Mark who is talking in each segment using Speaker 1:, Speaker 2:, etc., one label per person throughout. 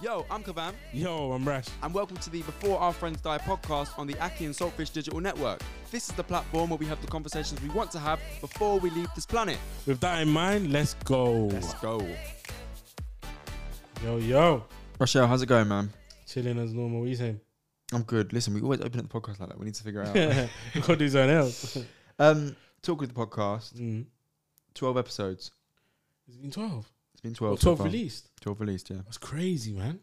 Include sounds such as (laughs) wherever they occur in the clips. Speaker 1: Yo, I'm Kavam,
Speaker 2: Yo, I'm Rash.
Speaker 1: and welcome to the Before Our Friends Die podcast on the Aki and Saltfish Digital Network. This is the platform where we have the conversations we want to have before we leave this planet.
Speaker 2: With that in mind, let's go.
Speaker 1: Let's go.
Speaker 2: Yo, yo.
Speaker 1: Rochelle, how's it going, man?
Speaker 2: Chilling as normal. What you saying?
Speaker 1: I'm good. Listen, we always open up the podcast like that. We need to figure (laughs) it out.
Speaker 2: (laughs) we gotta do something (laughs) else.
Speaker 1: um, talk with the podcast.
Speaker 2: Mm.
Speaker 1: Twelve episodes.
Speaker 2: It's been 12.
Speaker 1: It's been
Speaker 2: Well,
Speaker 1: twelve. so
Speaker 2: 12
Speaker 1: far.
Speaker 2: released.
Speaker 1: Twelve released. Yeah.
Speaker 2: That's crazy, man.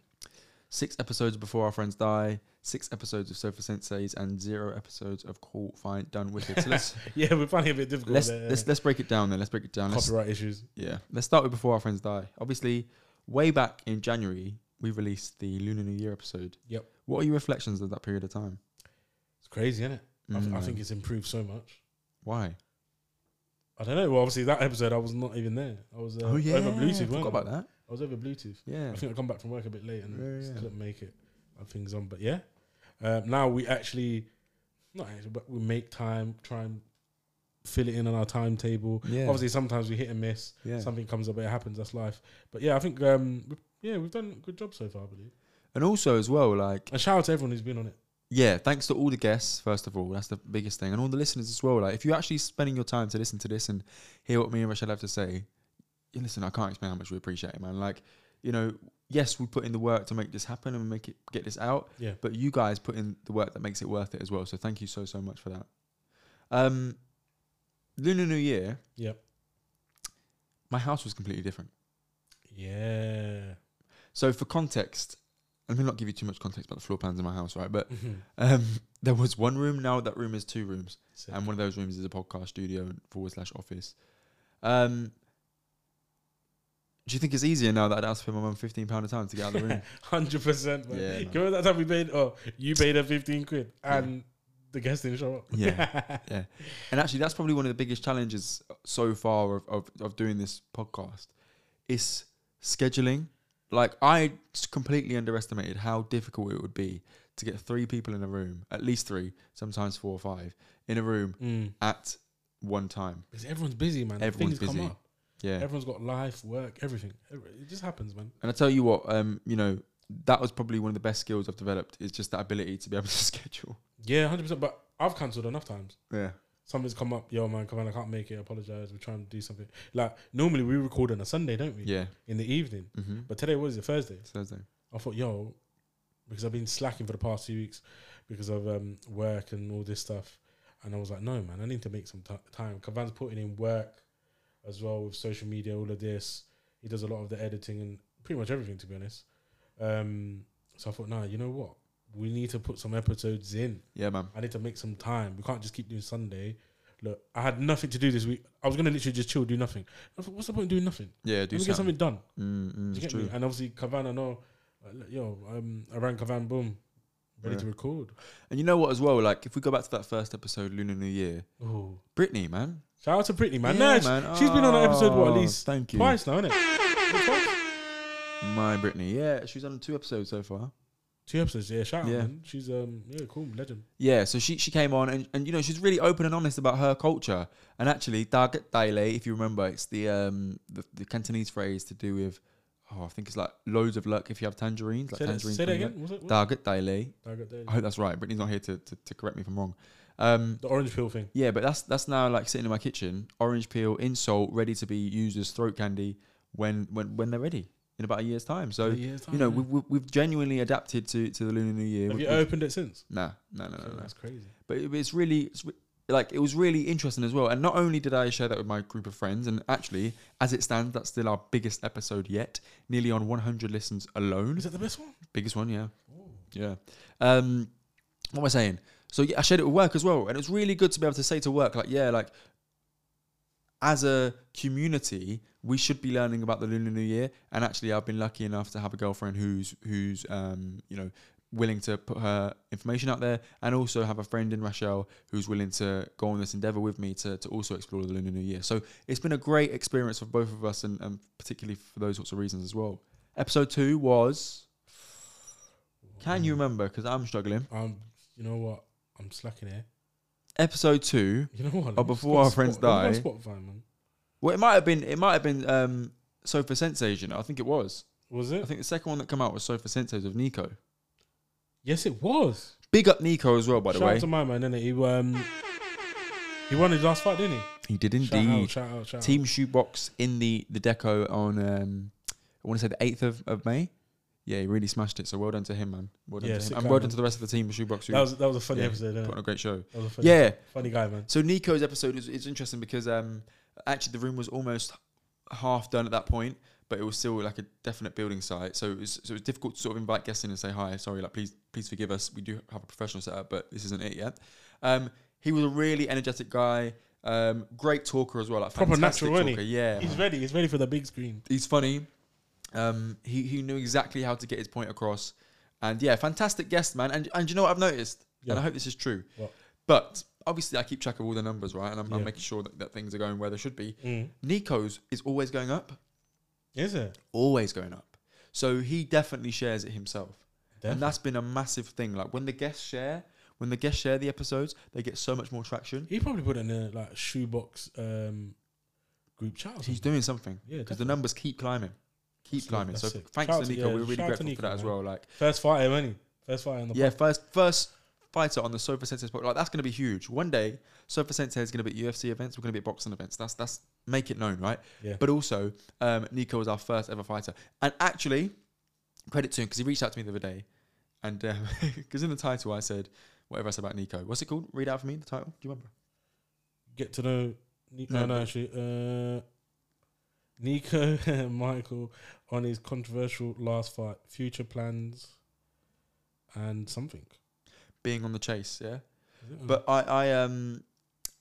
Speaker 1: Six episodes before our friends die. Six episodes of Sofa Senseis and zero episodes of Cool Fine Done Wicked. So
Speaker 2: (laughs)
Speaker 1: let's
Speaker 2: (laughs) Yeah, we're finding it a bit difficult.
Speaker 1: let's,
Speaker 2: there.
Speaker 1: let's let's break it down then. Let's break it down. Let's,
Speaker 2: Copyright issues.
Speaker 1: yeah. Let's start with Before Our Friends Die. Obviously, way back in January, we released the Lunar New Year episode.
Speaker 2: Yep.
Speaker 1: What are your reflections of that period of time?
Speaker 2: It's crazy, isn't it? I, th- I
Speaker 1: Mm.
Speaker 2: think it's improved so much.
Speaker 1: Why?
Speaker 2: I don't know. Well, obviously, that episode, I was not even there. I was uh, over Bluetooth.
Speaker 1: I Oh, forgot
Speaker 2: weren't I?
Speaker 1: about that.
Speaker 2: I was over Bluetooth.
Speaker 1: Yeah.
Speaker 2: I think I come back from work a bit late and
Speaker 1: Yeah,
Speaker 2: just
Speaker 1: yeah.
Speaker 2: couldn't make it. And things on, but yeah. Um, now we actually, not actually, but we make time, try and fill it in on our timetable.
Speaker 1: Yeah.
Speaker 2: Obviously, sometimes we hit and miss.
Speaker 1: Yeah.
Speaker 2: Something comes up, it happens. That's life. But yeah, I think um, we- yeah, we've done a good job so far, I believe.
Speaker 1: And also as well, like
Speaker 2: And shout out to everyone who's been on it.
Speaker 1: yeah, thanks to all the guests first of all. That's the biggest thing, and all the listeners as well. Like if you're actually spending your time to listen to this and hear what me and Rochelle have to say, you listen. I can't explain how much we appreciate it, man. Like you know, yes, we put in the work to make this happen and make it get this out.
Speaker 2: Yeah.
Speaker 1: but you guys put in the work that makes it worth it as well. So thank you so so much for that. Um, Lunar New Year.
Speaker 2: Yep.
Speaker 1: My house was completely different.
Speaker 2: Yeah.
Speaker 1: So for context, let me not give you too much context about the floor plans in my house, right? But um, there was one room. Now that room is two rooms,
Speaker 2: (laughs) So,
Speaker 1: and one of those rooms is a podcast studio forward slash office. Um, do you think it's easier now that I'd ask for my mum fifteen pound a time to get out of the room?
Speaker 2: Hundred percent, man.
Speaker 1: Yeah, man.
Speaker 2: Do you remember that time we paid? Oh, you paid her fifteen quid, and the guest didn't show up.
Speaker 1: Yeah. yeah, and actually, that's probably one of the biggest challenges so far of of, of doing this podcast is scheduling. Like I s- completely underestimated how difficult it would be to get three people in a room, at least three, sometimes four or five, in a room
Speaker 2: (laughs) Mm.
Speaker 1: at one time.
Speaker 2: Because everyone's busy, man.
Speaker 1: Everyone's
Speaker 2: Things
Speaker 1: busy.
Speaker 2: Come up.
Speaker 1: Yeah,
Speaker 2: Everyone's got life, work, everything. Every- It just happens, man.
Speaker 1: And I tell you what, um, you know, that was probably one of the best skills I've developed is just that ability to be able (laughs) to schedule.
Speaker 2: Yeah, hundred percent. But I've cancelled enough times.
Speaker 1: Yeah.
Speaker 2: Something's come up. Yo, man, come on, I can't make it. Apologize. We're trying to do something. Like normally we record on a Sunday, don't we?
Speaker 1: Yeah.
Speaker 2: In the evening.
Speaker 1: Mm-hmm.
Speaker 2: But today was it Thursday.
Speaker 1: Thursday.
Speaker 2: I thought, yo, because I've been slacking for the past few weeks because of um, work and all this stuff. And I was like, no, man, I need to make some ti time. Kavan's putting in work as well with social media, all of this. He does a lot of the editing and pretty much everything, to be honest. Um, so I thought, nah, you know what? We need to put some episodes in.
Speaker 1: Yeah, man.
Speaker 2: I need to make some time. We can't just keep doing Sunday. Look, I had nothing to do this week. I was going to literally just chill, do nothing. I thought, what's the point of doing nothing?
Speaker 1: Yeah, do
Speaker 2: Let me get
Speaker 1: something.
Speaker 2: something done.
Speaker 1: Mm, mm,
Speaker 2: Do you
Speaker 1: it's
Speaker 2: get
Speaker 1: true.
Speaker 2: me? And obviously, Kavan, I know, uh, look, yo, um, I ran Kavan, boom, ready
Speaker 1: Yeah.
Speaker 2: to record.
Speaker 1: And you know what as well? Like, if we go back to that first episode, Lunar New Year,
Speaker 2: Ooh.
Speaker 1: Brittany, man.
Speaker 2: Shout out to Brittany, man.
Speaker 1: Yeah,
Speaker 2: Yeah,
Speaker 1: man.
Speaker 2: She's been on an episode, what, at
Speaker 1: Oh,
Speaker 2: least
Speaker 1: thank you.
Speaker 2: twice now, isn't it?
Speaker 1: My Brittany. Yeah, she's on two episodes so far.
Speaker 2: Two episodes, yeah. Shout out,
Speaker 1: Yeah.
Speaker 2: man. She's, um, yeah, cool, legend.
Speaker 1: Yeah, so she, she came on and, and you know she's really open and honest about her culture and actually Dagat Daile, if you remember, it's the um the, the Cantonese phrase to do with oh I think it's like loads of luck if you have tangerines like
Speaker 2: say that,
Speaker 1: tangerines.
Speaker 2: say that again. Was it? What?
Speaker 1: Dagat Daile.
Speaker 2: Target Daily.
Speaker 1: I hope that's right. Brittany's not here to, to, to correct me if I'm wrong. Um,
Speaker 2: the orange peel thing.
Speaker 1: yeah, but that's that's now like sitting in my kitchen, orange peel in salt, ready to be used as throat candy when when when they're ready in about a year's time. So you know we've, we've- we've genuinely adapted to to the Lunar New Year.
Speaker 2: have
Speaker 1: We-
Speaker 2: you
Speaker 1: we-
Speaker 2: opened it since?
Speaker 1: Nah, no, no, no, no
Speaker 2: That's crazy.
Speaker 1: but it- it's really it's re- like it was really interesting as well and not only did i share that with my group of friends and actually as it stands that's still our biggest episode yet nearly on 100 listens alone
Speaker 2: Is that the best one?
Speaker 1: biggest one yeah yeah um what am i saying so yeah, i shared it with work as well and it was really good to be able to say to work like yeah like as a community we should be learning about the lunar new year and actually i've been lucky enough to have a girlfriend who's who's um you know willing to put her information out there and also have a friend in Rochelle who's willing to go on this endeavor with me to, to also explore the Lunar New Year. So it's been a great experience for both of us and, and particularly for those sorts of reasons as well. Episode two was. Can
Speaker 2: Mm.
Speaker 1: you remember? Because I'm struggling.
Speaker 2: Um, you know what? I'm slacking here.
Speaker 1: Episode two.
Speaker 2: You know what? Let
Speaker 1: Oh,
Speaker 2: me just
Speaker 1: before
Speaker 2: go on
Speaker 1: our friends
Speaker 2: Spot- let me
Speaker 1: die.
Speaker 2: go on Spotify, man.
Speaker 1: Well, it might have been. It might have been. Um, Sofa Sensation. I think it was.
Speaker 2: Was
Speaker 1: I
Speaker 2: it?
Speaker 1: think the second one that came out was Sofa Sense's with Nico.
Speaker 2: Yes, it was.
Speaker 1: Big up Nico as well, by
Speaker 2: shout
Speaker 1: the way.
Speaker 2: out to my man, innit? He um, he won his last fight, didn't he?
Speaker 1: he did
Speaker 2: Shout out,
Speaker 1: indeed.
Speaker 2: shout out, shout out.
Speaker 1: Team Shoebox in the the deco on um, I want to say the eighth of, of May. Yeah, he really smashed it. So well done to him, man. Well done to
Speaker 2: Yeah,
Speaker 1: him.
Speaker 2: sick
Speaker 1: And
Speaker 2: guy,
Speaker 1: well
Speaker 2: man.
Speaker 1: done to the rest of the team of Shoebox who
Speaker 2: That was that was a funny
Speaker 1: Yeah.
Speaker 2: episode.
Speaker 1: put on
Speaker 2: Innit?
Speaker 1: a great show.
Speaker 2: That was a funny,
Speaker 1: Yeah.
Speaker 2: funny guy, man.
Speaker 1: So Nico's episode is, is interesting because um, actually the room was almost half done at that point, but it was still like a definite building site. So it was so it was difficult to sort of invite guests in and say hi. Sorry, like please please forgive us. We do have a professional setup, but this isn't it yet. Um, he was a really energetic guy. Um, great talker as well. Like
Speaker 2: Proper
Speaker 1: fantastic
Speaker 2: natural, innit?
Speaker 1: talker. Yeah,
Speaker 2: He's
Speaker 1: man.
Speaker 2: ready. He's ready for the big screen.
Speaker 1: he's funny. Um, he he knew exactly how to get his point across, and yeah, fantastic guest, man. And and you know what I've noticed,
Speaker 2: Yeah.
Speaker 1: and I hope this is true,
Speaker 2: What?
Speaker 1: but obviously I keep track of all the numbers, right? And I'm, I'm
Speaker 2: Yeah.
Speaker 1: making sure that, that things are going where they should be.
Speaker 2: Mm.
Speaker 1: Nico's is always going up,
Speaker 2: Is it?
Speaker 1: always going up. So he definitely shares it himself, and
Speaker 2: Definitely.
Speaker 1: that's been a massive thing. Like when the guests share, when the guests share the episodes, they get so much more traction.
Speaker 2: He probably put it in a like shoebox um, group chat. or
Speaker 1: He's
Speaker 2: something.
Speaker 1: doing something
Speaker 2: Yeah,
Speaker 1: because the
Speaker 2: definitely.
Speaker 1: numbers keep climbing, keep
Speaker 2: That's it,
Speaker 1: climbing. So
Speaker 2: that's it.
Speaker 1: thanks
Speaker 2: Shout
Speaker 1: to
Speaker 2: out to-
Speaker 1: Nico,
Speaker 2: yeah,
Speaker 1: we're really
Speaker 2: shout out to
Speaker 1: grateful for
Speaker 2: Nico,
Speaker 1: that as
Speaker 2: man.
Speaker 1: well. Like.
Speaker 2: first fighter, wasn't he? First fighter on the
Speaker 1: Yeah, first first fighter on the Sofa Sensei spot. Like that's going to be huge. One day, Sofa Sensei is going to be at UFC events. We're going to be at boxing events. That's that's make it known, right?
Speaker 2: Yeah.
Speaker 1: But also, um, Nico was our first ever fighter, and actually, credit to him because he reached out to me the other day, and (laughs) because in the title I said whatever I said about Nico. What's it called? Read out for me the title. Do you remember?
Speaker 2: get to know. Nico,
Speaker 1: No,
Speaker 2: no,
Speaker 1: but-
Speaker 2: no, actually, uh, Nico (laughs) and Michael on his controversial last fight, future plans, and something.
Speaker 1: Being on the chase. Yeah.
Speaker 2: Is it?
Speaker 1: But I, I um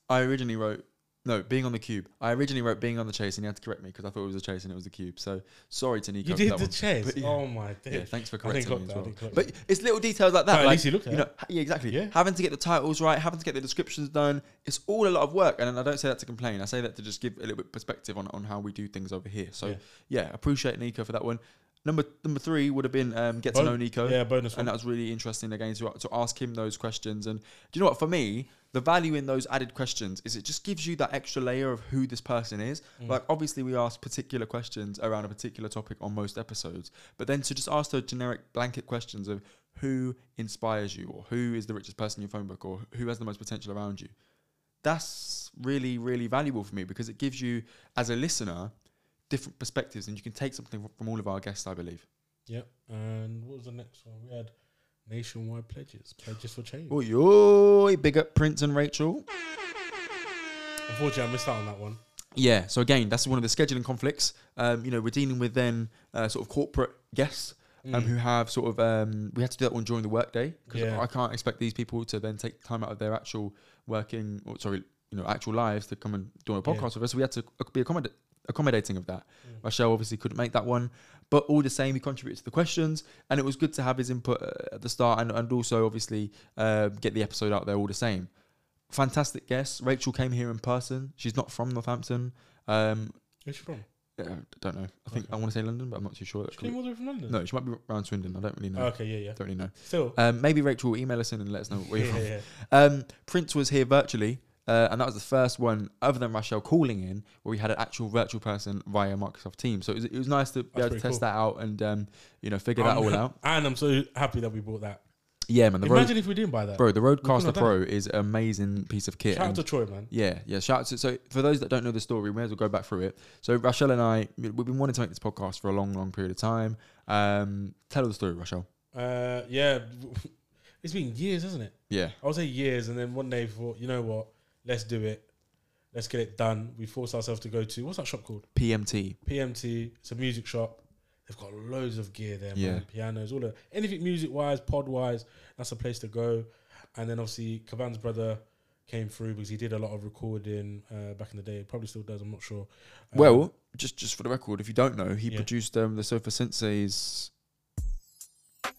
Speaker 1: I originally wrote no being on the cube. I originally wrote being on the chase, and he had to correct me because I thought it was a chase and it was the cube. So sorry to Nico.
Speaker 2: you
Speaker 1: for
Speaker 2: did
Speaker 1: that
Speaker 2: the
Speaker 1: one.
Speaker 2: chase.
Speaker 1: But yeah.
Speaker 2: Oh my
Speaker 1: Yeah,
Speaker 2: days!
Speaker 1: thanks for
Speaker 2: I didn't
Speaker 1: correcting me
Speaker 2: clock
Speaker 1: as
Speaker 2: that. I
Speaker 1: well.
Speaker 2: didn't clock
Speaker 1: But it's little details like that.
Speaker 2: But at
Speaker 1: like,
Speaker 2: least he looked at
Speaker 1: you
Speaker 2: it.
Speaker 1: know, ha- yeah, exactly.
Speaker 2: Yeah.
Speaker 1: Having to get the titles right, having to get the descriptions done, it's all a lot of work. And I don't say that to complain. I say that to just give a little bit perspective on, on how we do things over here. So yeah,
Speaker 2: Yeah.
Speaker 1: appreciate Nico for that one. Number number three would have been um, get
Speaker 2: Bo-
Speaker 1: to know Nico.
Speaker 2: Yeah, bonus
Speaker 1: And
Speaker 2: one.
Speaker 1: that was really interesting again to, to ask him those questions. And do you know what? For me, the value in those added questions is it just gives you that extra layer of who this person is.
Speaker 2: Mm.
Speaker 1: Like, obviously, we ask particular questions around a particular topic on most episodes, but then to just ask those generic blanket questions of who inspires you, or who is the richest person in your phone book, or who has the most potential around you, that's really, really valuable for me because it gives you, as a listener, different perspectives and you can take something from all of our guests, I believe.
Speaker 2: Yep. And what was the next one? We had nationwide pledges, pledges for change.
Speaker 1: Oh, yo, big up Prince and Rachel.
Speaker 2: Unfortunately, I missed out on that one.
Speaker 1: Yeah, so again, that's one of the scheduling conflicts. Um, you know, we're dealing with then uh, sort of corporate guests
Speaker 2: Mm.
Speaker 1: um, who have sort of um, we had to do that one during the workday because
Speaker 2: Yeah.
Speaker 1: I can't expect these people to then take time out of their actual working, or sorry, you know, actual lives to come and do a
Speaker 2: Yeah. Mm.
Speaker 1: podcast with us. So we had to ac- be accommoda- accommodating of that. Rochelle obviously couldn't make that one, but all the same, he contributed to the questions, and it was good to have his input uh, at the start, and and also obviously uh, get the episode out there all the same. Fantastic guest. Rachel came here in person. She's not from Northampton. Um,
Speaker 2: Where's she from?
Speaker 1: I don't know. I think
Speaker 2: Okay.
Speaker 1: I want to say London, but I'm not too sure.
Speaker 2: She came all the way from London.
Speaker 1: No, she might be around Swindon. I don't really know.
Speaker 2: Oh, okay, yeah, yeah.
Speaker 1: Don't really know.
Speaker 2: Still.
Speaker 1: Um, maybe Rachel will email us in and let us know where
Speaker 2: yeah,
Speaker 1: you're from.
Speaker 2: yeah, yeah.
Speaker 1: Um, Prince was here virtually, uh, and that was the first one, other than Rochelle calling in, where we had an actual virtual person via Microsoft Teams. So it was, it was nice to be
Speaker 2: That's
Speaker 1: able to
Speaker 2: pretty
Speaker 1: test
Speaker 2: cool.
Speaker 1: that out and um, you know figure that
Speaker 2: Um,
Speaker 1: all out.
Speaker 2: (laughs) And I'm so happy that we bought that.
Speaker 1: Yeah, man. The road,
Speaker 2: Imagine if we didn't buy that.
Speaker 1: bro, the
Speaker 2: Look
Speaker 1: Roadcaster
Speaker 2: at that.
Speaker 1: Pro is an amazing piece of kit.
Speaker 2: Shout out
Speaker 1: and-
Speaker 2: to Troy, man.
Speaker 1: Yeah, yeah. Shout out to so for those that don't know the story, we may as well go back through it. So Rochelle and I, we've been wanting to make this podcast for a long, long period of time. Um, tell her the story, Rochelle.
Speaker 2: Uh, yeah, (laughs) it's been years, hasn't it?
Speaker 1: Yeah,
Speaker 2: I would say years, and then one day we thought, you know what? Let's do it. Let's get it done. We forced ourselves to go to what's that shop called?
Speaker 1: PMT.
Speaker 2: PMT. It's a music shop. They've got loads of gear there,
Speaker 1: Yeah.
Speaker 2: man. Pianos, all the anything music wise, pod wise. That's a place to go. And then obviously Cavan's brother came through because he did a lot of recording uh, back in the day. Probably still does. I'm not sure. Um,
Speaker 1: Well, just just for the record, if you don't know, he
Speaker 2: Yeah.
Speaker 1: produced um, the Sofa Sensei's
Speaker 2: oh,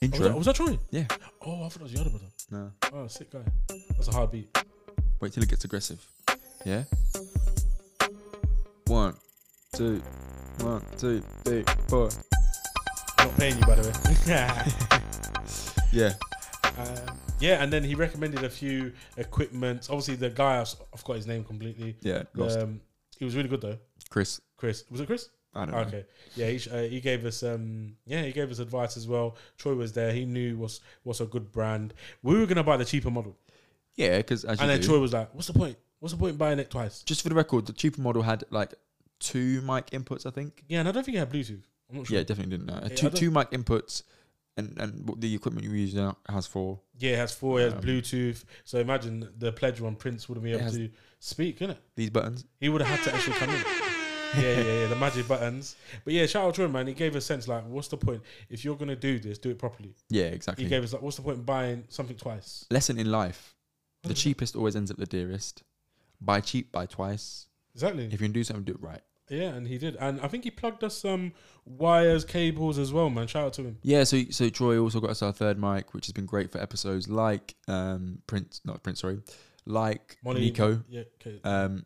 Speaker 1: intro.
Speaker 2: was, that, was that Troy?
Speaker 1: Yeah.
Speaker 2: Oh, I thought it was the other brother.
Speaker 1: No.
Speaker 2: Oh, sick guy. That's a hard beat.
Speaker 1: Wait till it gets aggressive. Yeah? One, two, one, two, three, four.
Speaker 2: I'm not paying you, by the
Speaker 1: (laughs)
Speaker 2: way. (laughs)
Speaker 1: Yeah.
Speaker 2: Um, yeah, and then he recommended a few equipments. Obviously, the guy I s- I forgot his name completely.
Speaker 1: Yeah. Lost.
Speaker 2: Um, he was really good though.
Speaker 1: Chris.
Speaker 2: Chris was it Chris?
Speaker 1: I I don't know.
Speaker 2: Okay. Yeah, he, sh- uh, he gave us um yeah he gave us advice as well. Troy was there. He knew what's what's a good brand. We were gonna buy the cheaper model,
Speaker 1: Yeah, because as you
Speaker 2: and then
Speaker 1: do-
Speaker 2: Troy was like, "What's the point? What's the point in buying it twice?"
Speaker 1: just for the record, the cheaper model had like two mic inputs, I think.
Speaker 2: Yeah, and I don't think it had Bluetooth. I'm not sure.
Speaker 1: Yeah, it definitely didn't. know.
Speaker 2: I
Speaker 1: two
Speaker 2: don't-
Speaker 1: two mic inputs, and and what the equipment you use now has four.
Speaker 2: Yeah, it has four. It has
Speaker 1: Um,
Speaker 2: Bluetooth. So imagine the pledge one Prince wouldn't be
Speaker 1: It
Speaker 2: able
Speaker 1: has-
Speaker 2: to speak, innit?
Speaker 1: These buttons.
Speaker 2: He would have had to actually
Speaker 1: (laughs)
Speaker 2: come in. yeah, yeah, yeah. The magic buttons. But yeah, shout out to him, man. He gave us sense like, what's the point if you're gonna do this, do it properly.
Speaker 1: Yeah,
Speaker 2: He
Speaker 1: exactly.
Speaker 2: gave us like, what's the point in buying something twice?
Speaker 1: Lesson in life: the
Speaker 2: 100%.
Speaker 1: cheapest always ends up the dearest. Buy cheap, buy twice.
Speaker 2: Exactly.
Speaker 1: If you can do something, do it right.
Speaker 2: Yeah, and he did, and I think he plugged us some wires, cables as well, man. Shout out to him.
Speaker 1: Yeah, so so Troy also got us our third mic, which has been great for episodes like um Prince, not Prince, sorry, like
Speaker 2: Molly,
Speaker 1: Nico,
Speaker 2: Yeah, okay.
Speaker 1: um,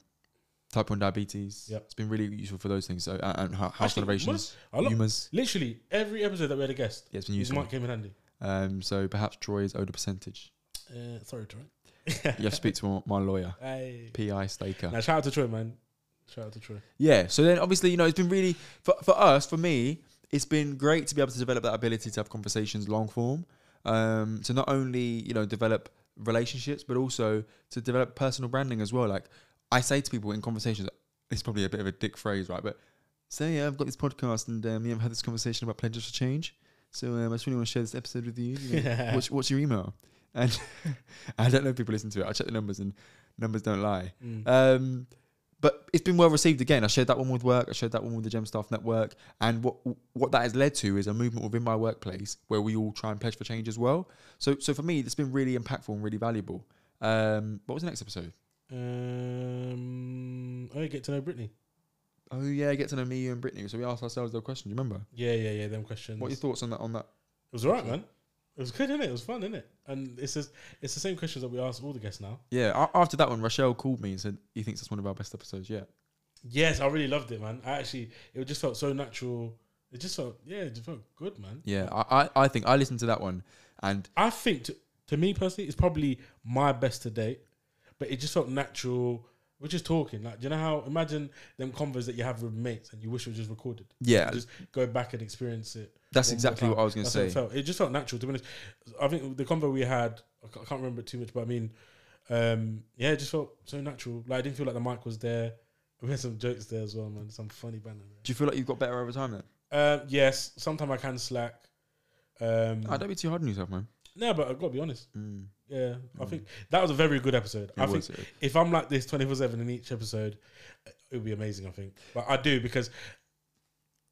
Speaker 1: type one diabetes.
Speaker 2: Yep.
Speaker 1: it's been really useful for those things. So uh, and hou- house
Speaker 2: Actually,
Speaker 1: renovations,
Speaker 2: I lo-
Speaker 1: humours.
Speaker 2: literally every episode that we had a guest,
Speaker 1: Yeah, it's been
Speaker 2: his
Speaker 1: useful.
Speaker 2: mic came in handy.
Speaker 1: Um, so perhaps Troy's owed a percentage.
Speaker 2: Uh,
Speaker 1: (laughs)
Speaker 2: sorry, Troy.
Speaker 1: You have to speak to my, my lawyer,
Speaker 2: (laughs) Hey.
Speaker 1: PI Staker.
Speaker 2: Now shout out to Troy, man. Shout out to Troy.
Speaker 1: Yeah. So then, obviously, you know, it's been really for for us, for me, it's been great to be able to develop that ability to have conversations long form. Um, to not only you know develop relationships, but also to develop personal branding as well. Like I say to people in conversations, it's probably a bit of a dick phrase, right? But say yeah, I've got this podcast and um, yeah, I've had this conversation about pledges for change. So um, I just really want to share this episode with you. you know, (laughs) what's, what's your email? And (laughs) I don't know if people listen to it. I check the numbers and numbers don't lie.
Speaker 2: (laughs) Mm.
Speaker 1: Um, but it's been well received again. I shared that one with work. I shared that one with the Gem Staff Network. And what what that has led to is a movement within my workplace where we all try and pledge for change as well. So so for me, it's been really impactful and really valuable. Um, what was the next episode?
Speaker 2: Um, oh, get to know Brittany.
Speaker 1: Oh yeah, get to know me, you, and Brittany. So we asked ourselves the question. Do you remember?
Speaker 2: Yeah, yeah, yeah. Them questions.
Speaker 1: What are your thoughts on that? On that?
Speaker 2: it was alright, man. It was good, innit? It was fun, innit? And it's just, it's the same questions that we ask all the guests now.
Speaker 1: Yeah. a- After that one, Rochelle called me and said he thinks that's one of our best episodes yet.
Speaker 2: Yes, I really loved it, man. I actually, it just felt so natural. It just felt, yeah, it just felt good, man.
Speaker 1: Yeah. I I, I think I listened to that one and
Speaker 2: I think to, to me personally, it's probably my best to date, but it just felt natural. We're just talking, like do you know how? Imagine them convos that you have with mates, and you wish it was just recorded.
Speaker 1: yeah,
Speaker 2: just go back and experience it.
Speaker 1: that's
Speaker 2: one more
Speaker 1: exactly
Speaker 2: time.
Speaker 1: what I was going to
Speaker 2: That's how
Speaker 1: say.
Speaker 2: it felt. It just felt natural. To be honest, I think the convo we had, I ca- I can't remember it too much, but I mean, um, yeah, it just felt so natural. Like I didn't feel like the mic was there. We had some jokes there as well, man. Some funny banner.
Speaker 1: Do you feel like you've got better over time then?
Speaker 2: Um, yes, sometimes I can slack. Um,
Speaker 1: Ah, don't be too hard on yourself, man.
Speaker 2: no, but I've got to be honest.
Speaker 1: Mm.
Speaker 2: Yeah, I think that was a very good episode. I think
Speaker 1: was, yeah.
Speaker 2: if I'm like this 24 7 in each episode, it would be amazing, I think. But I do because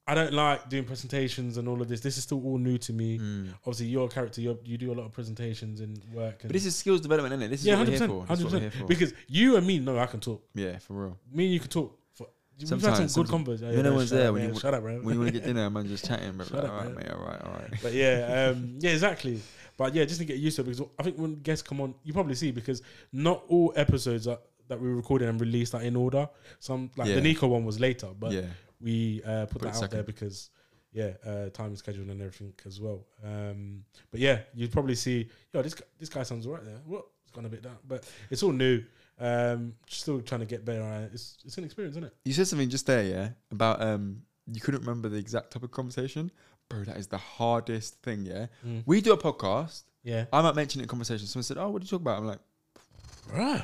Speaker 2: I don't like doing presentations and all of this. This is still all new to me.
Speaker 1: Mm.
Speaker 2: Obviously, your character, you're, you do a lot of presentations and work. And
Speaker 1: But this is skills development, isn't it? This is
Speaker 2: yeah,
Speaker 1: what
Speaker 2: 100%.
Speaker 1: we're here for. This is what we're here for.
Speaker 2: Because you and me know I can talk.
Speaker 1: yeah, for real.
Speaker 2: Me and you can talk. For, we've had
Speaker 1: Sometimes,
Speaker 2: some good
Speaker 1: sometimes.
Speaker 2: convos.
Speaker 1: When no one's
Speaker 2: shut
Speaker 1: there,
Speaker 2: up,
Speaker 1: when you
Speaker 2: man,
Speaker 1: wa-
Speaker 2: shut up, bro.
Speaker 1: When you want to get dinner, man, just chatting, bro.
Speaker 2: (laughs) Shut
Speaker 1: Like,
Speaker 2: up,
Speaker 1: all right,
Speaker 2: man.
Speaker 1: mate. All right, all right.
Speaker 2: But yeah, um, yeah, exactly. But yeah, just to get used to it because I think when guests come on, you probably see because not all episodes are, that we recorded and released are in order. Some like
Speaker 1: Yeah.
Speaker 2: the Nico one was later, but
Speaker 1: yeah,
Speaker 2: we uh, put,
Speaker 1: Put it
Speaker 2: that out there
Speaker 1: second.
Speaker 2: because yeah, uh, time schedule and everything as well. Um, but yeah, you'd probably see yo this gu- this guy sounds alright there. What it's gone a bit down, but it's all new. Um, still trying to get better. at it. It's it's an experience, isn't it?
Speaker 1: you said something just there, yeah, about um, you couldn't remember the exact topic of conversation, bro. That is the hardest thing, yeah.
Speaker 2: Hmm.
Speaker 1: We do a podcast.
Speaker 2: Yeah.
Speaker 1: I might mention it in conversation. Someone said, "Oh, what do you talk about?" I'm like,
Speaker 2: Bruh.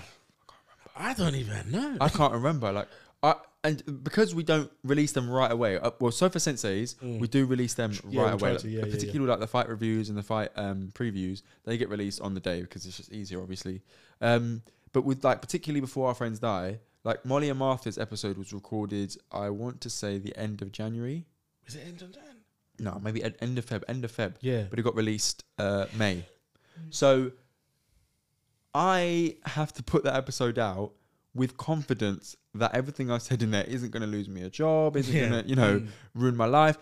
Speaker 2: I don't even know.
Speaker 1: I can't remember. Like, I and because we don't release them right away. Uh, well, Sofa Senseis,
Speaker 2: Mm.
Speaker 1: we do release them
Speaker 2: Yeah,
Speaker 1: right
Speaker 2: we try
Speaker 1: away.
Speaker 2: to, yeah,
Speaker 1: like,
Speaker 2: yeah,
Speaker 1: particularly like the fight reviews and the fight um, previews, they get released on the day because it's just easier, obviously. Um, but with like particularly before our friends die, like Molly and Martha's episode was recorded. I want to say the end of January.
Speaker 2: Is it end of Jan?
Speaker 1: No, maybe at end of Feb. End of Feb
Speaker 2: Yeah.
Speaker 1: but it got released uh, May. So I have to put that episode out with confidence that everything I said in there isn't going to lose me a job, isn't
Speaker 2: Yeah.
Speaker 1: going to, you know,
Speaker 2: Mm.
Speaker 1: ruin my life.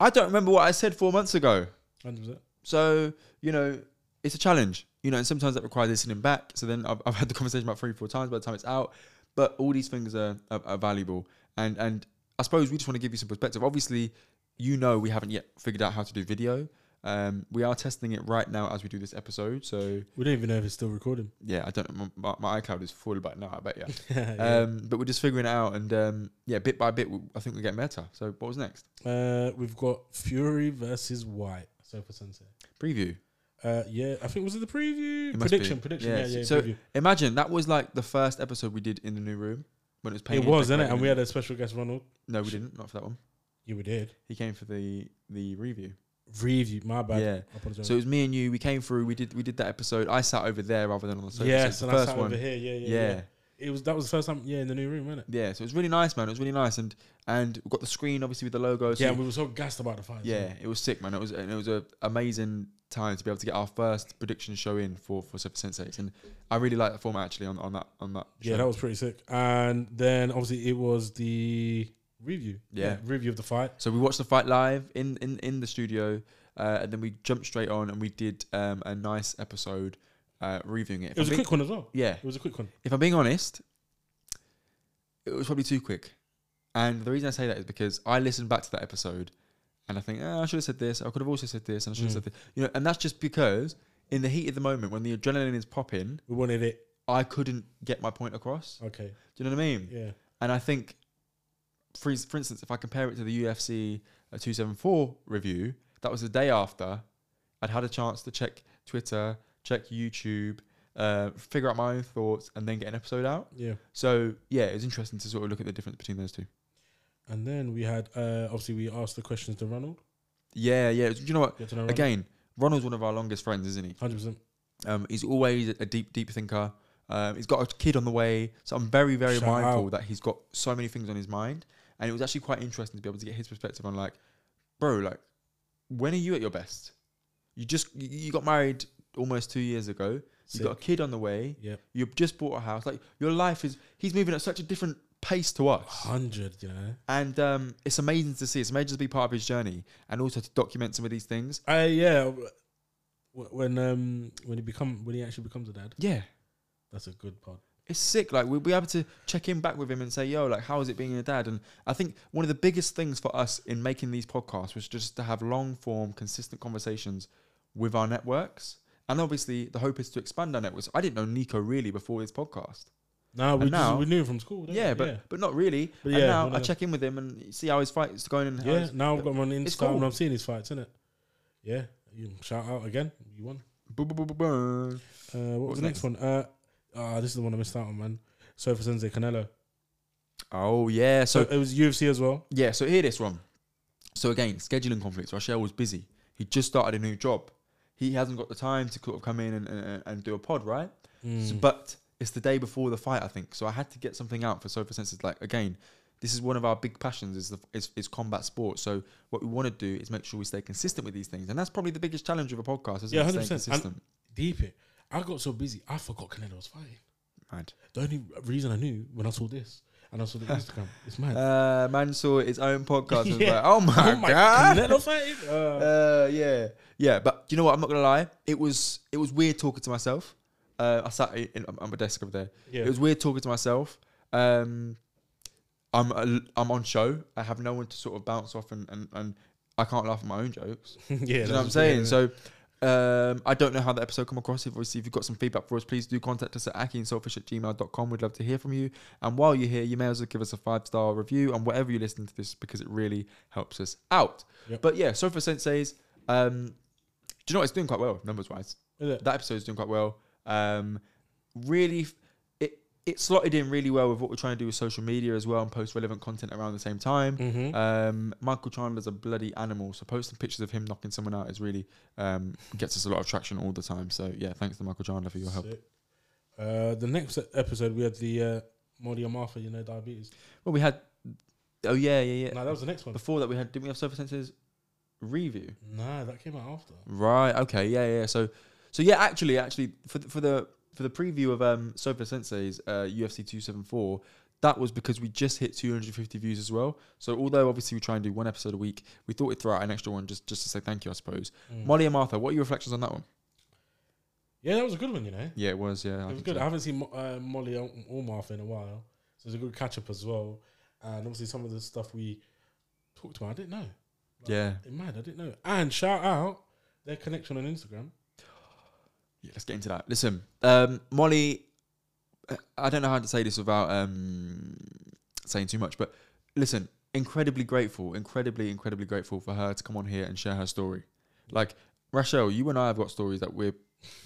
Speaker 1: I don't remember what I said four months ago.
Speaker 2: 100%.
Speaker 1: So, you know, it's a challenge, you know, and sometimes that requires listening back. So then I've, I've had the conversation about three, four times by the time it's out. But all these things are, are, are valuable. And, and I suppose we just want to give you some perspective. Obviously, you know, we haven't yet figured out how to do video. Um, we are testing it right now as we do this episode. So
Speaker 2: We don't even know if it's still recording.
Speaker 1: yeah, I don't. know, My, my iCloud is full by now. I bet (laughs) yeah.
Speaker 2: (laughs) Yeah.
Speaker 1: Um, but we're just figuring it out, and um, yeah, bit by bit, we, I think we get better. So what was next?
Speaker 2: uh, we've got Fury versus White. So for Sensei.
Speaker 1: Preview.
Speaker 2: Uh, yeah, I think was it the preview
Speaker 1: It must
Speaker 2: prediction?
Speaker 1: be.
Speaker 2: Prediction.
Speaker 1: Yeah,
Speaker 2: Yeah, yeah.
Speaker 1: so-
Speaker 2: preview.
Speaker 1: Imagine that was like the first episode we did in the new room when it was
Speaker 2: it
Speaker 1: painted.
Speaker 2: was, isn't it? And we had a special guest, Ronald.
Speaker 1: no, we didn't. Not for that one.
Speaker 2: You we did
Speaker 1: He came for the the review.
Speaker 2: review. My bad.
Speaker 1: Yeah.
Speaker 2: I apologize.
Speaker 1: So it was me and you. We came through. We did we did that episode. I sat over there rather than on the sofa.
Speaker 2: yes,
Speaker 1: so
Speaker 2: and
Speaker 1: it's the
Speaker 2: I
Speaker 1: first
Speaker 2: sat
Speaker 1: one.
Speaker 2: over here. Yeah, yeah,
Speaker 1: yeah.
Speaker 2: yeah, It was that was the first time. Yeah, in the new room, wasn't it?
Speaker 1: Yeah, so it was really nice, man. It was really nice, and and we got the screen obviously with the logo. So
Speaker 2: yeah, and we were so gassed about the fight. as
Speaker 1: yeah,
Speaker 2: well.
Speaker 1: it was sick, man. It was and it was a amazing time to be able to get our first prediction show in for for Super Sensates, and I really like the format actually on on that on that.
Speaker 2: yeah,
Speaker 1: show.
Speaker 2: that was pretty sick. And then obviously it was the review.
Speaker 1: Yeah.
Speaker 2: review of the fight.
Speaker 1: So we watched the fight live in in in the studio, uh, and then we jumped straight on and we did um, a nice episode uh, reviewing it. If
Speaker 2: It was
Speaker 1: I'm
Speaker 2: a
Speaker 1: being-
Speaker 2: quick one as well.
Speaker 1: yeah.
Speaker 2: It was a quick one.
Speaker 1: If I'm being honest, it was probably too quick, and the reason I say that is because I listened back to that episode, and I think "Ah, I should have said this. I could have also said this, and I should have
Speaker 2: Mm.
Speaker 1: said this. You know, and that's just because in the heat of the moment when the adrenaline is popping,
Speaker 2: We wanted it.
Speaker 1: I couldn't get my point across.
Speaker 2: Okay.
Speaker 1: Do you know what I mean?
Speaker 2: Oh. Yeah.
Speaker 1: And I think, for, ins- for instance, if I compare it to the UFC uh, 274 review, that was the day after I'd had a chance to check Twitter, check YouTube, uh, figure out my own thoughts, and then get an episode out.
Speaker 2: Yeah.
Speaker 1: So, yeah, it was interesting to sort of look at the difference between those two.
Speaker 2: And then we had uh obviously we asked the questions to Ronald.
Speaker 1: Yeah, yeah. Do you know what?
Speaker 2: Get to know Ronald.
Speaker 1: Again, Ronald's one of our longest friends, isn't he?
Speaker 2: Hundred percent.
Speaker 1: Um, he's always a deep, deep thinker. Um, he's got a kid on the way, so I'm very, very
Speaker 2: Shout
Speaker 1: mindful
Speaker 2: out.
Speaker 1: that he's got so many things on his mind. And it was actually quite interesting to be able to get his perspective on, like, bro, like, when are you at your best? You just you- you got married almost two years ago. You got a kid on the way.
Speaker 2: Yep.
Speaker 1: You've just bought a house. Like your life is. He's moving at such a different pace to us,
Speaker 2: Hundred, you know.
Speaker 1: and um, it's amazing to see. It's amazing to be part of his journey, and also to document some of these things.
Speaker 2: I Uh, yeah. w- When um when he become when he actually becomes a dad,
Speaker 1: Yeah,
Speaker 2: that's a good part.
Speaker 1: it's sick. Like we'll be able to check in back with him and say, "Yo, like, how is it being a dad?" And I think one of the biggest things for us in making these podcasts was just to have long form, consistent conversations with our networks. And obviously, the hope is to expand our networks. I didn't know Nico really before this podcast.
Speaker 2: No, we
Speaker 1: And
Speaker 2: just,
Speaker 1: now-
Speaker 2: we knew him from school. don't
Speaker 1: Yeah,
Speaker 2: we?
Speaker 1: but but not really.
Speaker 2: But
Speaker 1: and
Speaker 2: yeah,
Speaker 1: now
Speaker 2: well,
Speaker 1: I
Speaker 2: no.
Speaker 1: check in with him and see how his fight is going and how
Speaker 2: yeah.
Speaker 1: he's-
Speaker 2: Now I've got him on
Speaker 1: It's
Speaker 2: Instagram
Speaker 1: cool.
Speaker 2: and I'm seeing his fights, isn't it? Yeah. You shout out again. You won.
Speaker 1: Boom, boom, boom, boom, boom.
Speaker 2: Uh, what, was the next, one? Uh, ah, this is the one I missed out on, man. Sofa Sensei Canelo.
Speaker 1: Oh yeah,
Speaker 2: So
Speaker 1: so
Speaker 2: it was UFC as well.
Speaker 1: Yeah, so hear this one. So again, scheduling conflicts. Rochelle was busy. He just started a new job. He hasn't got the time to sort of come in and, and, and do a pod, right?
Speaker 2: Mm.
Speaker 1: So- but it's the day before the fight, I think. So I had to get something out for Sofa Senses. Like again, this is one of our big passions is the, is, is combat sports. So what we want to do is make sure we stay consistent with these things, and that's probably the biggest challenge of a podcast. Is
Speaker 2: Yeah,
Speaker 1: yeah, staying
Speaker 2: 100%. And-
Speaker 1: consistent.
Speaker 2: Deep it. I got so busy, I forgot Canelo was fighting.
Speaker 1: Mad.
Speaker 2: The only reason I knew when I saw this and I
Speaker 1: (laughs)
Speaker 2: saw the Instagram, it's mad.
Speaker 1: Uh, man saw his own
Speaker 2: (laughs)
Speaker 1: podcast. and was
Speaker 2: Yeah.
Speaker 1: like, oh my,
Speaker 2: Oh my
Speaker 1: god,
Speaker 2: Canelo
Speaker 1: (laughs)
Speaker 2: fighting. Uh,
Speaker 1: Uh, yeah, yeah. But you know what? I'm not gonna lie. It was it was weird talking to myself. Uh, I sat in, on- on my desk over there.
Speaker 2: yeah.
Speaker 1: It was weird talking to myself. Um, I'm a, I'm on show. I have no one to sort of bounce off, and and, and I can't laugh at my own jokes.
Speaker 2: (laughs) yeah.
Speaker 1: you
Speaker 2: that
Speaker 1: know what I'm
Speaker 2: was
Speaker 1: saying?
Speaker 2: weird.
Speaker 1: So. Um, I don't know how the episode come across. If obviously if you've got some feedback for us, please do contact us at aki and selfish at gmail.com. We'd love to hear from you. And while you're here, you may as well give us a five star review on whatever you listen to this because it really helps us out.
Speaker 2: Yep.
Speaker 1: But yeah, Sofa Sensei's um do you know what it's doing quite well, numbers wise.
Speaker 2: Is it?
Speaker 1: That episode's doing quite well. Um really f- it it slotted in really well with what we're trying to do with social media as well and post relevant content around the same time.
Speaker 2: Mhm.
Speaker 1: Um, Michael Chandler's a bloody animal, so posting pictures of him knocking someone out is really um, gets us a lot of traction all the time. So yeah, thanks to Michael Chandler for your help.
Speaker 2: Sick. Uh, the next episode, we had the uh, Modi Amarfa, you know, diabetes.
Speaker 1: Well, we had oh yeah yeah yeah.
Speaker 2: No, that was the next one.
Speaker 1: Before that, we had didn't we have Sofa Senses review?
Speaker 2: Nah, that came out after.
Speaker 1: Right. Okay. Yeah. Yeah. So, so yeah. Actually, actually, for the, for the for the preview of um Sofa Sensei's uh, UFC two seven four, that was because we just hit two hundred fifty views as well. So although obviously we try and do one episode a week, we thought we'd throw out an extra one just just to say thank you, I suppose.
Speaker 2: Mm.
Speaker 1: Molly and Martha, what are your reflections on that one?
Speaker 2: Yeah, that was a good one, you know.
Speaker 1: Yeah, it was. Yeah, I
Speaker 2: It was
Speaker 1: think
Speaker 2: good.
Speaker 1: so.
Speaker 2: I haven't seen Mo- uh, Molly or or Martha in a while, so it's a good catch up as well. And obviously, some of the stuff we talked about, I didn't know.
Speaker 1: Yeah.
Speaker 2: It mad, I didn't know. And shout out Their connection on Instagram.
Speaker 1: Yeah, let's get into that. Listen, um, Molly, uh, I don't know how to say this without um, saying too much, but listen, incredibly grateful, incredibly, incredibly grateful for her to come on here and share her story. Like Rachel, you and I have got stories that we're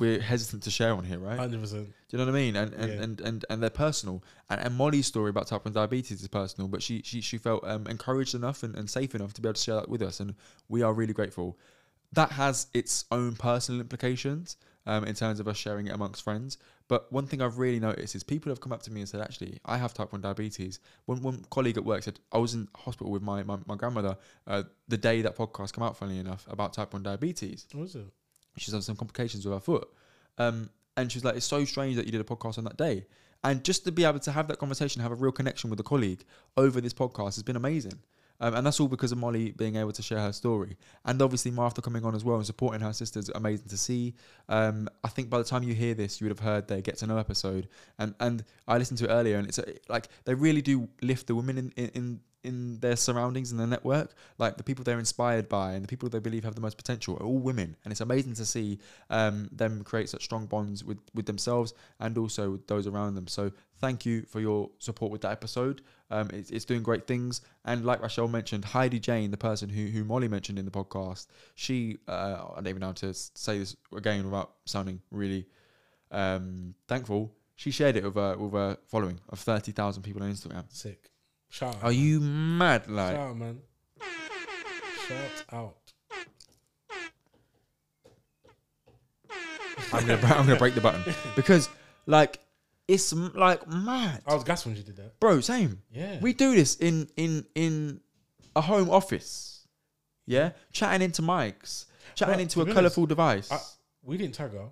Speaker 1: we're hesitant to share on here, right?
Speaker 2: Hundred percent.
Speaker 1: Do you know what I mean? And and,
Speaker 2: Yeah.
Speaker 1: and, and, and they're personal. And, and Molly's story about type one diabetes is personal, but she she she felt um, encouraged enough and, and safe enough to be able to share that with us, and we are really grateful. That has its own personal implications um, in terms of us sharing it amongst friends. But one thing I've really noticed is people have come up to me and said, actually, I have type 1 diabetes. One, one colleague at work said, I was in hospital with my, my, my grandmother uh, the day that podcast came out, funnily enough, about type 1 diabetes
Speaker 2: What is it?
Speaker 1: she's had some complications with her foot. Um, and she's like, it's so strange that you did a podcast on that day. And just to be able to have that conversation, have a real connection with a colleague over this podcast has been amazing. Um, and that's all because of Molly being able to share her story. And obviously, Martha coming on as well and supporting her sisters, amazing to see. Um, I think by the time you hear this, you would have heard their Get to Know episode. And and I listened to it earlier, and it's uh, like they really do lift the women in, in, in, in their surroundings and their network. Like the people they're inspired by and the people they believe have the most potential are all women. And it's amazing to see um, them create such strong bonds with, with themselves and also with those around them. So thank you for your support with that episode. Um, it's, it's doing great things. And like Rachel mentioned, Heidi Jane, the person who, who Molly mentioned in the podcast, she, uh, I don't even know how to s- say this again without sounding really um, thankful. She shared it with her, with her following of 30,000 people on Instagram.
Speaker 2: Sick. Shout out.
Speaker 1: Are
Speaker 2: man.
Speaker 1: you mad? Like,
Speaker 2: Shout out, man. Shout out.
Speaker 1: I'm gonna, I'm gonna break the button because, like, it's m- like mad,
Speaker 2: I was gassed when she did that.
Speaker 1: bro. Same.
Speaker 2: Yeah.
Speaker 1: We do this in in in a home office, yeah, chatting into mics, chatting
Speaker 2: Well,
Speaker 1: into
Speaker 2: to
Speaker 1: a
Speaker 2: be honest,
Speaker 1: colourful device.
Speaker 2: I- we didn't tag her.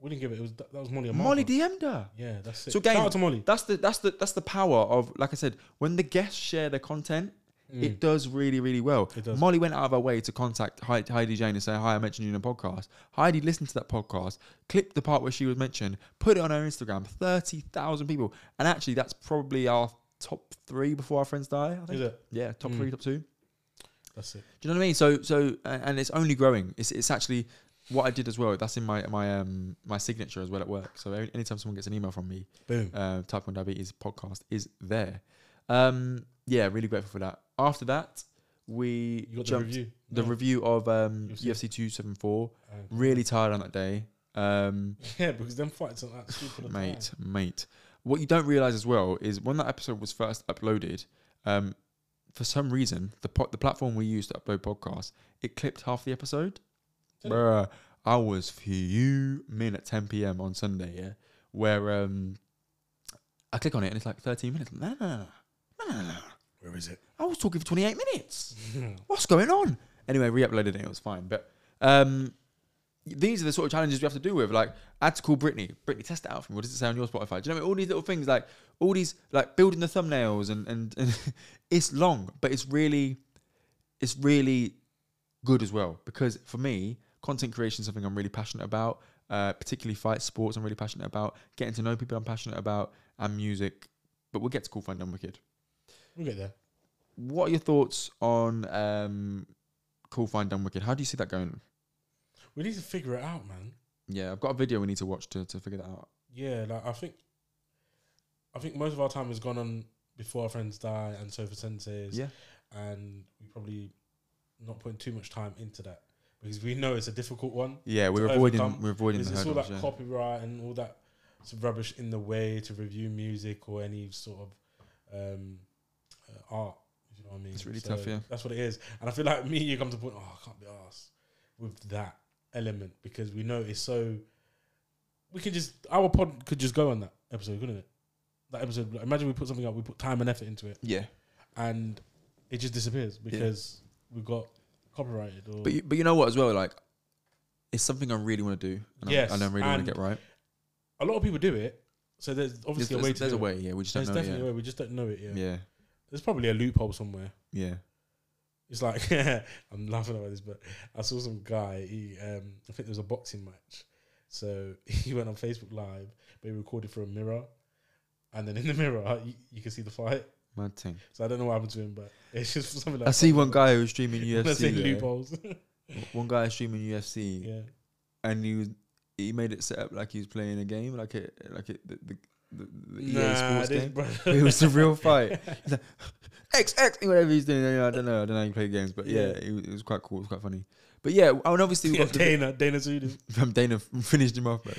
Speaker 2: We didn't give it. It was that was Molly and
Speaker 1: Molly
Speaker 2: Martha.
Speaker 1: DM'd her.
Speaker 2: Yeah, that's it.
Speaker 1: So again,
Speaker 2: Shout out to Molly.
Speaker 1: That's the that's the that's the power of like I said, when the guests share their content,
Speaker 2: Mm.
Speaker 1: it does really really well.
Speaker 2: It does.
Speaker 1: Molly went out of her way to contact Hei- Heidi Jane and say, "Hi, I mentioned you in a podcast." Heidi listened to that podcast, clipped the part where she was mentioned, put it on her Instagram. Thirty thousand people, and actually, that's probably our top three before our friends die. I
Speaker 2: Is
Speaker 1: think.
Speaker 2: it?
Speaker 1: Yeah, top
Speaker 2: Mm.
Speaker 1: three, top two.
Speaker 2: That's it.
Speaker 1: Do you know what I mean? So so uh, and it's only growing. It's it's actually what I did as well. That's in my my um my signature as well at work. So any- anytime someone gets an email from me,
Speaker 2: Boom.
Speaker 1: uh, type one diabetes podcast is there. Um, yeah, really grateful for that. After that, we
Speaker 2: You got the
Speaker 1: jumped
Speaker 2: review.
Speaker 1: the
Speaker 2: No.
Speaker 1: review of um,
Speaker 2: UFC.
Speaker 1: UFC two seven four.
Speaker 2: And-
Speaker 1: Really tired on that day. Um,
Speaker 2: (laughs) Yeah, because them fights aren't that stupid. at the
Speaker 1: mate,
Speaker 2: time.
Speaker 1: mate. What you don't realize as well is when that episode was first uploaded, um, for some reason the po- the platform we use to upload podcasts it clipped half the episode.
Speaker 2: Did it?
Speaker 1: Bruh, I was fuming at 10 p.m. on Sunday, yeah, where um, I click on it and it's like 13 minutes. No, no, no, no, no, no, no.
Speaker 2: Where is it?
Speaker 1: I was talking for 28 minutes. What's going on? Anyway, re-uploaded it. It was fine, but um, these are the sort of challenges we have to do with. Like, I had to call Brittany. Brittany, test it out for me. What does it say on your Spotify? Do you know what I mean? all these little things? Like all these like building the thumbnails and and, and (laughs) it's long, but it's really it's really good as well because for me, content creation is something I'm really passionate about. Uh, particularly fight sports, I'm really passionate about getting to know people. I'm passionate about and music, but we'll get to cool, fun, and wicked
Speaker 2: We'll get there.
Speaker 1: what are your thoughts on um, Cool Fine Dumb Wicked? How do you see that going?
Speaker 2: We need to figure it out, man.
Speaker 1: Yeah, I've got a video we need to watch to, to figure that out.
Speaker 2: Yeah, like I think, I think most of our time has gone on before our friends die and sofa senses.
Speaker 1: Yeah.
Speaker 2: and we probably not putting too much time into that because we know it's a difficult one.
Speaker 1: Yeah, we're
Speaker 2: To
Speaker 1: avoiding
Speaker 2: overcome-
Speaker 1: we're avoiding
Speaker 2: It's,
Speaker 1: the
Speaker 2: it's all
Speaker 1: hurdles.
Speaker 2: that
Speaker 1: yeah.
Speaker 2: copyright and all that sort of rubbish in the way to review music or any sort of um, uh, art. If you know what I mean?
Speaker 1: It's really tough, yeah.
Speaker 2: That's what it is, and I feel like me, and you come to the point. Oh, I can't be arsed with that element because we know it's so. We can just our pod could just go on that episode, couldn't it? That episode. like, imagine we put something up, we put time and effort into it,
Speaker 1: Yeah,
Speaker 2: and it just disappears because we got copyrighted. Or
Speaker 1: but you, but you know what as well, like it's something I really want to do. And
Speaker 2: Yes,
Speaker 1: I, and I really want
Speaker 2: and
Speaker 1: to get right.
Speaker 2: a lot of people do it, so there's
Speaker 1: There's,
Speaker 2: obviously
Speaker 1: there's-
Speaker 2: a way to.
Speaker 1: there's
Speaker 2: do
Speaker 1: a
Speaker 2: it.
Speaker 1: way. Yeah, we just don't
Speaker 2: There's
Speaker 1: know.
Speaker 2: definitely
Speaker 1: Yet.
Speaker 2: a way. We just don't know it yet.
Speaker 1: Yeah,
Speaker 2: There's probably a loophole somewhere.
Speaker 1: yeah,
Speaker 2: It's like (laughs) I'm laughing about this, but I saw some guy. He, um, I think there was a boxing match, so (laughs) he went on Facebook Live, but he recorded for a mirror, and then in the (laughs) mirror you, you can see the fight.
Speaker 1: Mad thing.
Speaker 2: So I don't know what happened to him, but (laughs) it's just something like (laughs)
Speaker 1: I see one guy who was streaming
Speaker 2: When I
Speaker 1: (laughs)
Speaker 2: say
Speaker 1: UFC. yeah.
Speaker 2: loopholes.
Speaker 1: one guy streaming UFC
Speaker 2: Yeah.
Speaker 1: and he was he made it set up like he was playing a game, like it like it the the, the, the EA
Speaker 2: Nah,
Speaker 1: Sports
Speaker 2: this
Speaker 1: game.
Speaker 2: brother-
Speaker 1: it was a
Speaker 2: (laughs)
Speaker 1: real fight. He's like, (laughs) X X whatever he's doing. I don't know. I don't know how you play games, but yeah,
Speaker 2: Yeah.
Speaker 1: it, was, it was quite cool. It was quite funny. But yeah, and obviously we've
Speaker 2: Yeah,
Speaker 1: got the-
Speaker 2: Dana, Dana Zudis.
Speaker 1: (laughs) from Dana finished him off. Bro.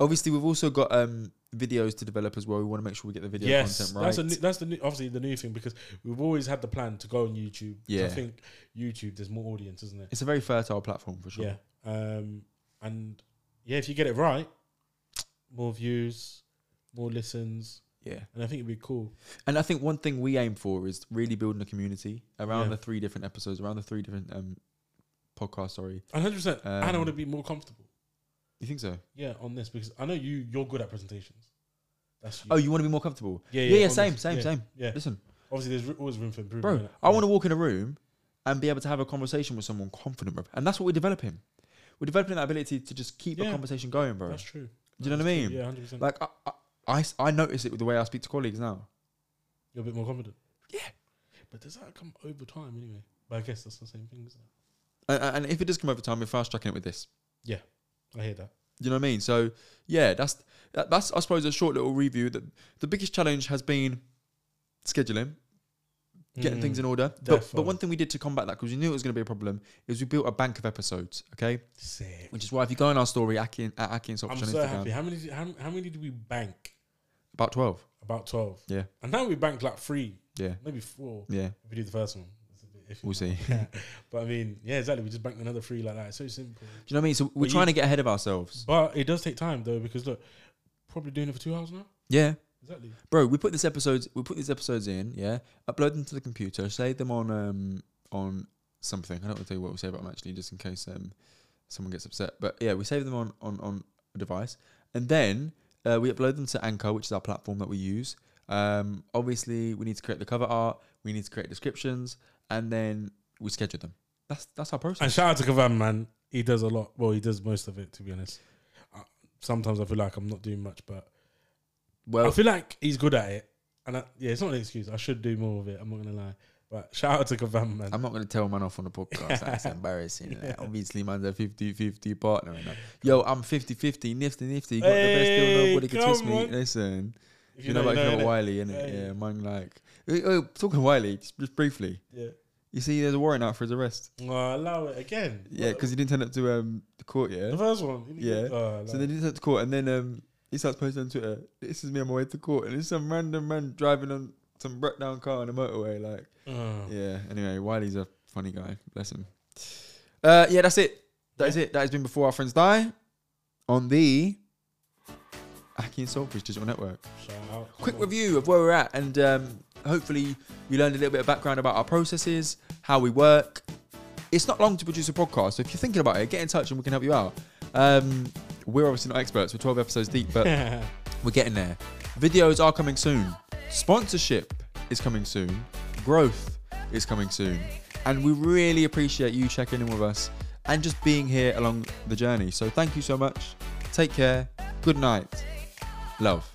Speaker 1: Obviously, we've also got um videos to develop as well. We want to make sure we get the video
Speaker 2: Yes,
Speaker 1: content right.
Speaker 2: that's a new, that's the new, obviously the new thing because we've always had the plan to go on YouTube. 'Cause
Speaker 1: Yeah.
Speaker 2: I think YouTube there's more audience, isn't it?
Speaker 1: it's a very fertile platform for sure.
Speaker 2: Yeah, um, and yeah, if you get it right, more views, more listens,
Speaker 1: yeah.
Speaker 2: and I think it'd be cool.
Speaker 1: And I think one thing we aim for is really building a community around
Speaker 2: Yeah.
Speaker 1: the three different episodes, around the three different um podcasts. Sorry,
Speaker 2: One hundred percent. And I
Speaker 1: Um,
Speaker 2: want to be more comfortable.
Speaker 1: you think so?
Speaker 2: Yeah, on this because I know you you're good at presentations. That's you.
Speaker 1: Oh, you want to be more comfortable?
Speaker 2: yeah,
Speaker 1: Yeah, yeah,
Speaker 2: on
Speaker 1: same,
Speaker 2: this.
Speaker 1: same,
Speaker 2: Yeah,
Speaker 1: same.
Speaker 2: Yeah,
Speaker 1: Listen,
Speaker 2: obviously there's r- always room for
Speaker 1: bro,
Speaker 2: improvement. innit?
Speaker 1: I
Speaker 2: Mm-hmm. Yeah.
Speaker 1: want to walk in a room and be able to have a conversation with someone confident, bro. And that's what we're developing. We're developing that ability to just keep a
Speaker 2: Yeah.
Speaker 1: conversation going, bro.
Speaker 2: That's true.
Speaker 1: Do you know
Speaker 2: That's
Speaker 1: what I
Speaker 2: true.
Speaker 1: mean?
Speaker 2: Yeah, hundred percent.
Speaker 1: Like I, I- I s- I notice it with the way I speak to colleagues now.
Speaker 2: You're a bit more confident.
Speaker 1: Yeah.
Speaker 2: But does that come over time anyway? But I guess that's the same thing, isn't it?
Speaker 1: And, and if it does come over time, we're fast tracking it with this.
Speaker 2: I hear that.
Speaker 1: Do you know what I mean? So yeah, that's that, that's I suppose a short little review. That the biggest challenge has been scheduling, getting
Speaker 2: Mm.
Speaker 1: things in order. But,
Speaker 2: Defo.
Speaker 1: but one thing we did to combat that because we knew it was going to be a problem is we built a bank of episodes. Okay,
Speaker 2: Sick.
Speaker 1: which is why if you go on our story, Aki and, at Aki and Sopwith
Speaker 2: I'm
Speaker 1: on
Speaker 2: so
Speaker 1: Instagram,
Speaker 2: happy. How many, did- how, how many did we bank?
Speaker 1: about twelve.
Speaker 2: About 12.
Speaker 1: Yeah.
Speaker 2: And now we banked like three,
Speaker 1: Yeah,
Speaker 2: maybe four.
Speaker 1: yeah,
Speaker 2: If we do the first one, it's a bit iffy.
Speaker 1: we'll see. (laughs) Do you
Speaker 2: But I mean, yeah, exactly. We just banked another three like that. It's so simple.
Speaker 1: know what I mean? So we're
Speaker 2: But you-
Speaker 1: trying to get ahead of ourselves.
Speaker 2: But it does take time though, because look, probably doing it for two hours now.
Speaker 1: Yeah.
Speaker 2: Exactly.
Speaker 1: bro we put this episodes we put these episodes in yeah upload them to the computer save them on um on something i don't want to tell you what we save it on actually just in case um someone gets upset but yeah we save them on on on a device and then uh, we upload them to anchor which is our platform that we use um obviously we need to create the cover art we need to create descriptions and then we schedule them that's that's our process
Speaker 2: And shout out to Kavan, man. He does a lot. Well, he does most of it, to be honest. Uh, Sometimes I feel like I'm not doing much, but I
Speaker 1: well
Speaker 2: feel like he's good at it, and I, yeah, it's not an excuse. I should do more of it. I'm not gonna lie. But shout out to Kavan, man.
Speaker 1: I'm not going to tell man off on the podcast.
Speaker 2: (laughs)
Speaker 1: That's embarrassing. like, obviously, man's a 50-50 partner. and, uh, Yo, I'm 50-50, nifty nifty. Got the best deal.
Speaker 2: Hey,
Speaker 1: Nobody can twist
Speaker 2: come
Speaker 1: me.
Speaker 2: on.
Speaker 1: Listen,
Speaker 2: If
Speaker 1: you, know, about you know
Speaker 2: innit?
Speaker 1: Wiley, innit?
Speaker 2: Hey.
Speaker 1: Yeah, man. Like, oh, oh, talking of Wiley, just, just briefly.
Speaker 2: Yeah.
Speaker 1: You see, there's a warrant out for his arrest.
Speaker 2: Well, allow it again.
Speaker 1: Yeah, because he didn't turn up to um the court. Yeah.
Speaker 2: the first one. he didn't-
Speaker 1: Yeah.
Speaker 2: Oh,
Speaker 1: So
Speaker 2: allow
Speaker 1: then
Speaker 2: it.
Speaker 1: he turns up to court, and then um he starts posting on Twitter. This is me on my way to court, and it's some random man driving on some broke down car on the motorway. Like,
Speaker 2: Oh.
Speaker 1: Yeah. Anyway, Wiley's a funny guy. Bless him. Uh, yeah, that's it. That is it. That has been before our friends die on the Aki and Saltfish Digital Network.
Speaker 2: Shout out.
Speaker 1: Quick
Speaker 2: Come on.
Speaker 1: review of where we're at, and um, hopefully you learned a little bit of background about our processes, how we work. It's not long to produce a podcast, so if you're thinking about it, get in touch and we can help you out. Um, we're obviously not experts. We're 12 episodes deep, but we're getting there. Videos are coming soon. Sponsorship is coming soon. Growth is coming soon. And we really appreciate you checking in with us and just being here along the journey. So thank you so much. Take care. Good night. Love.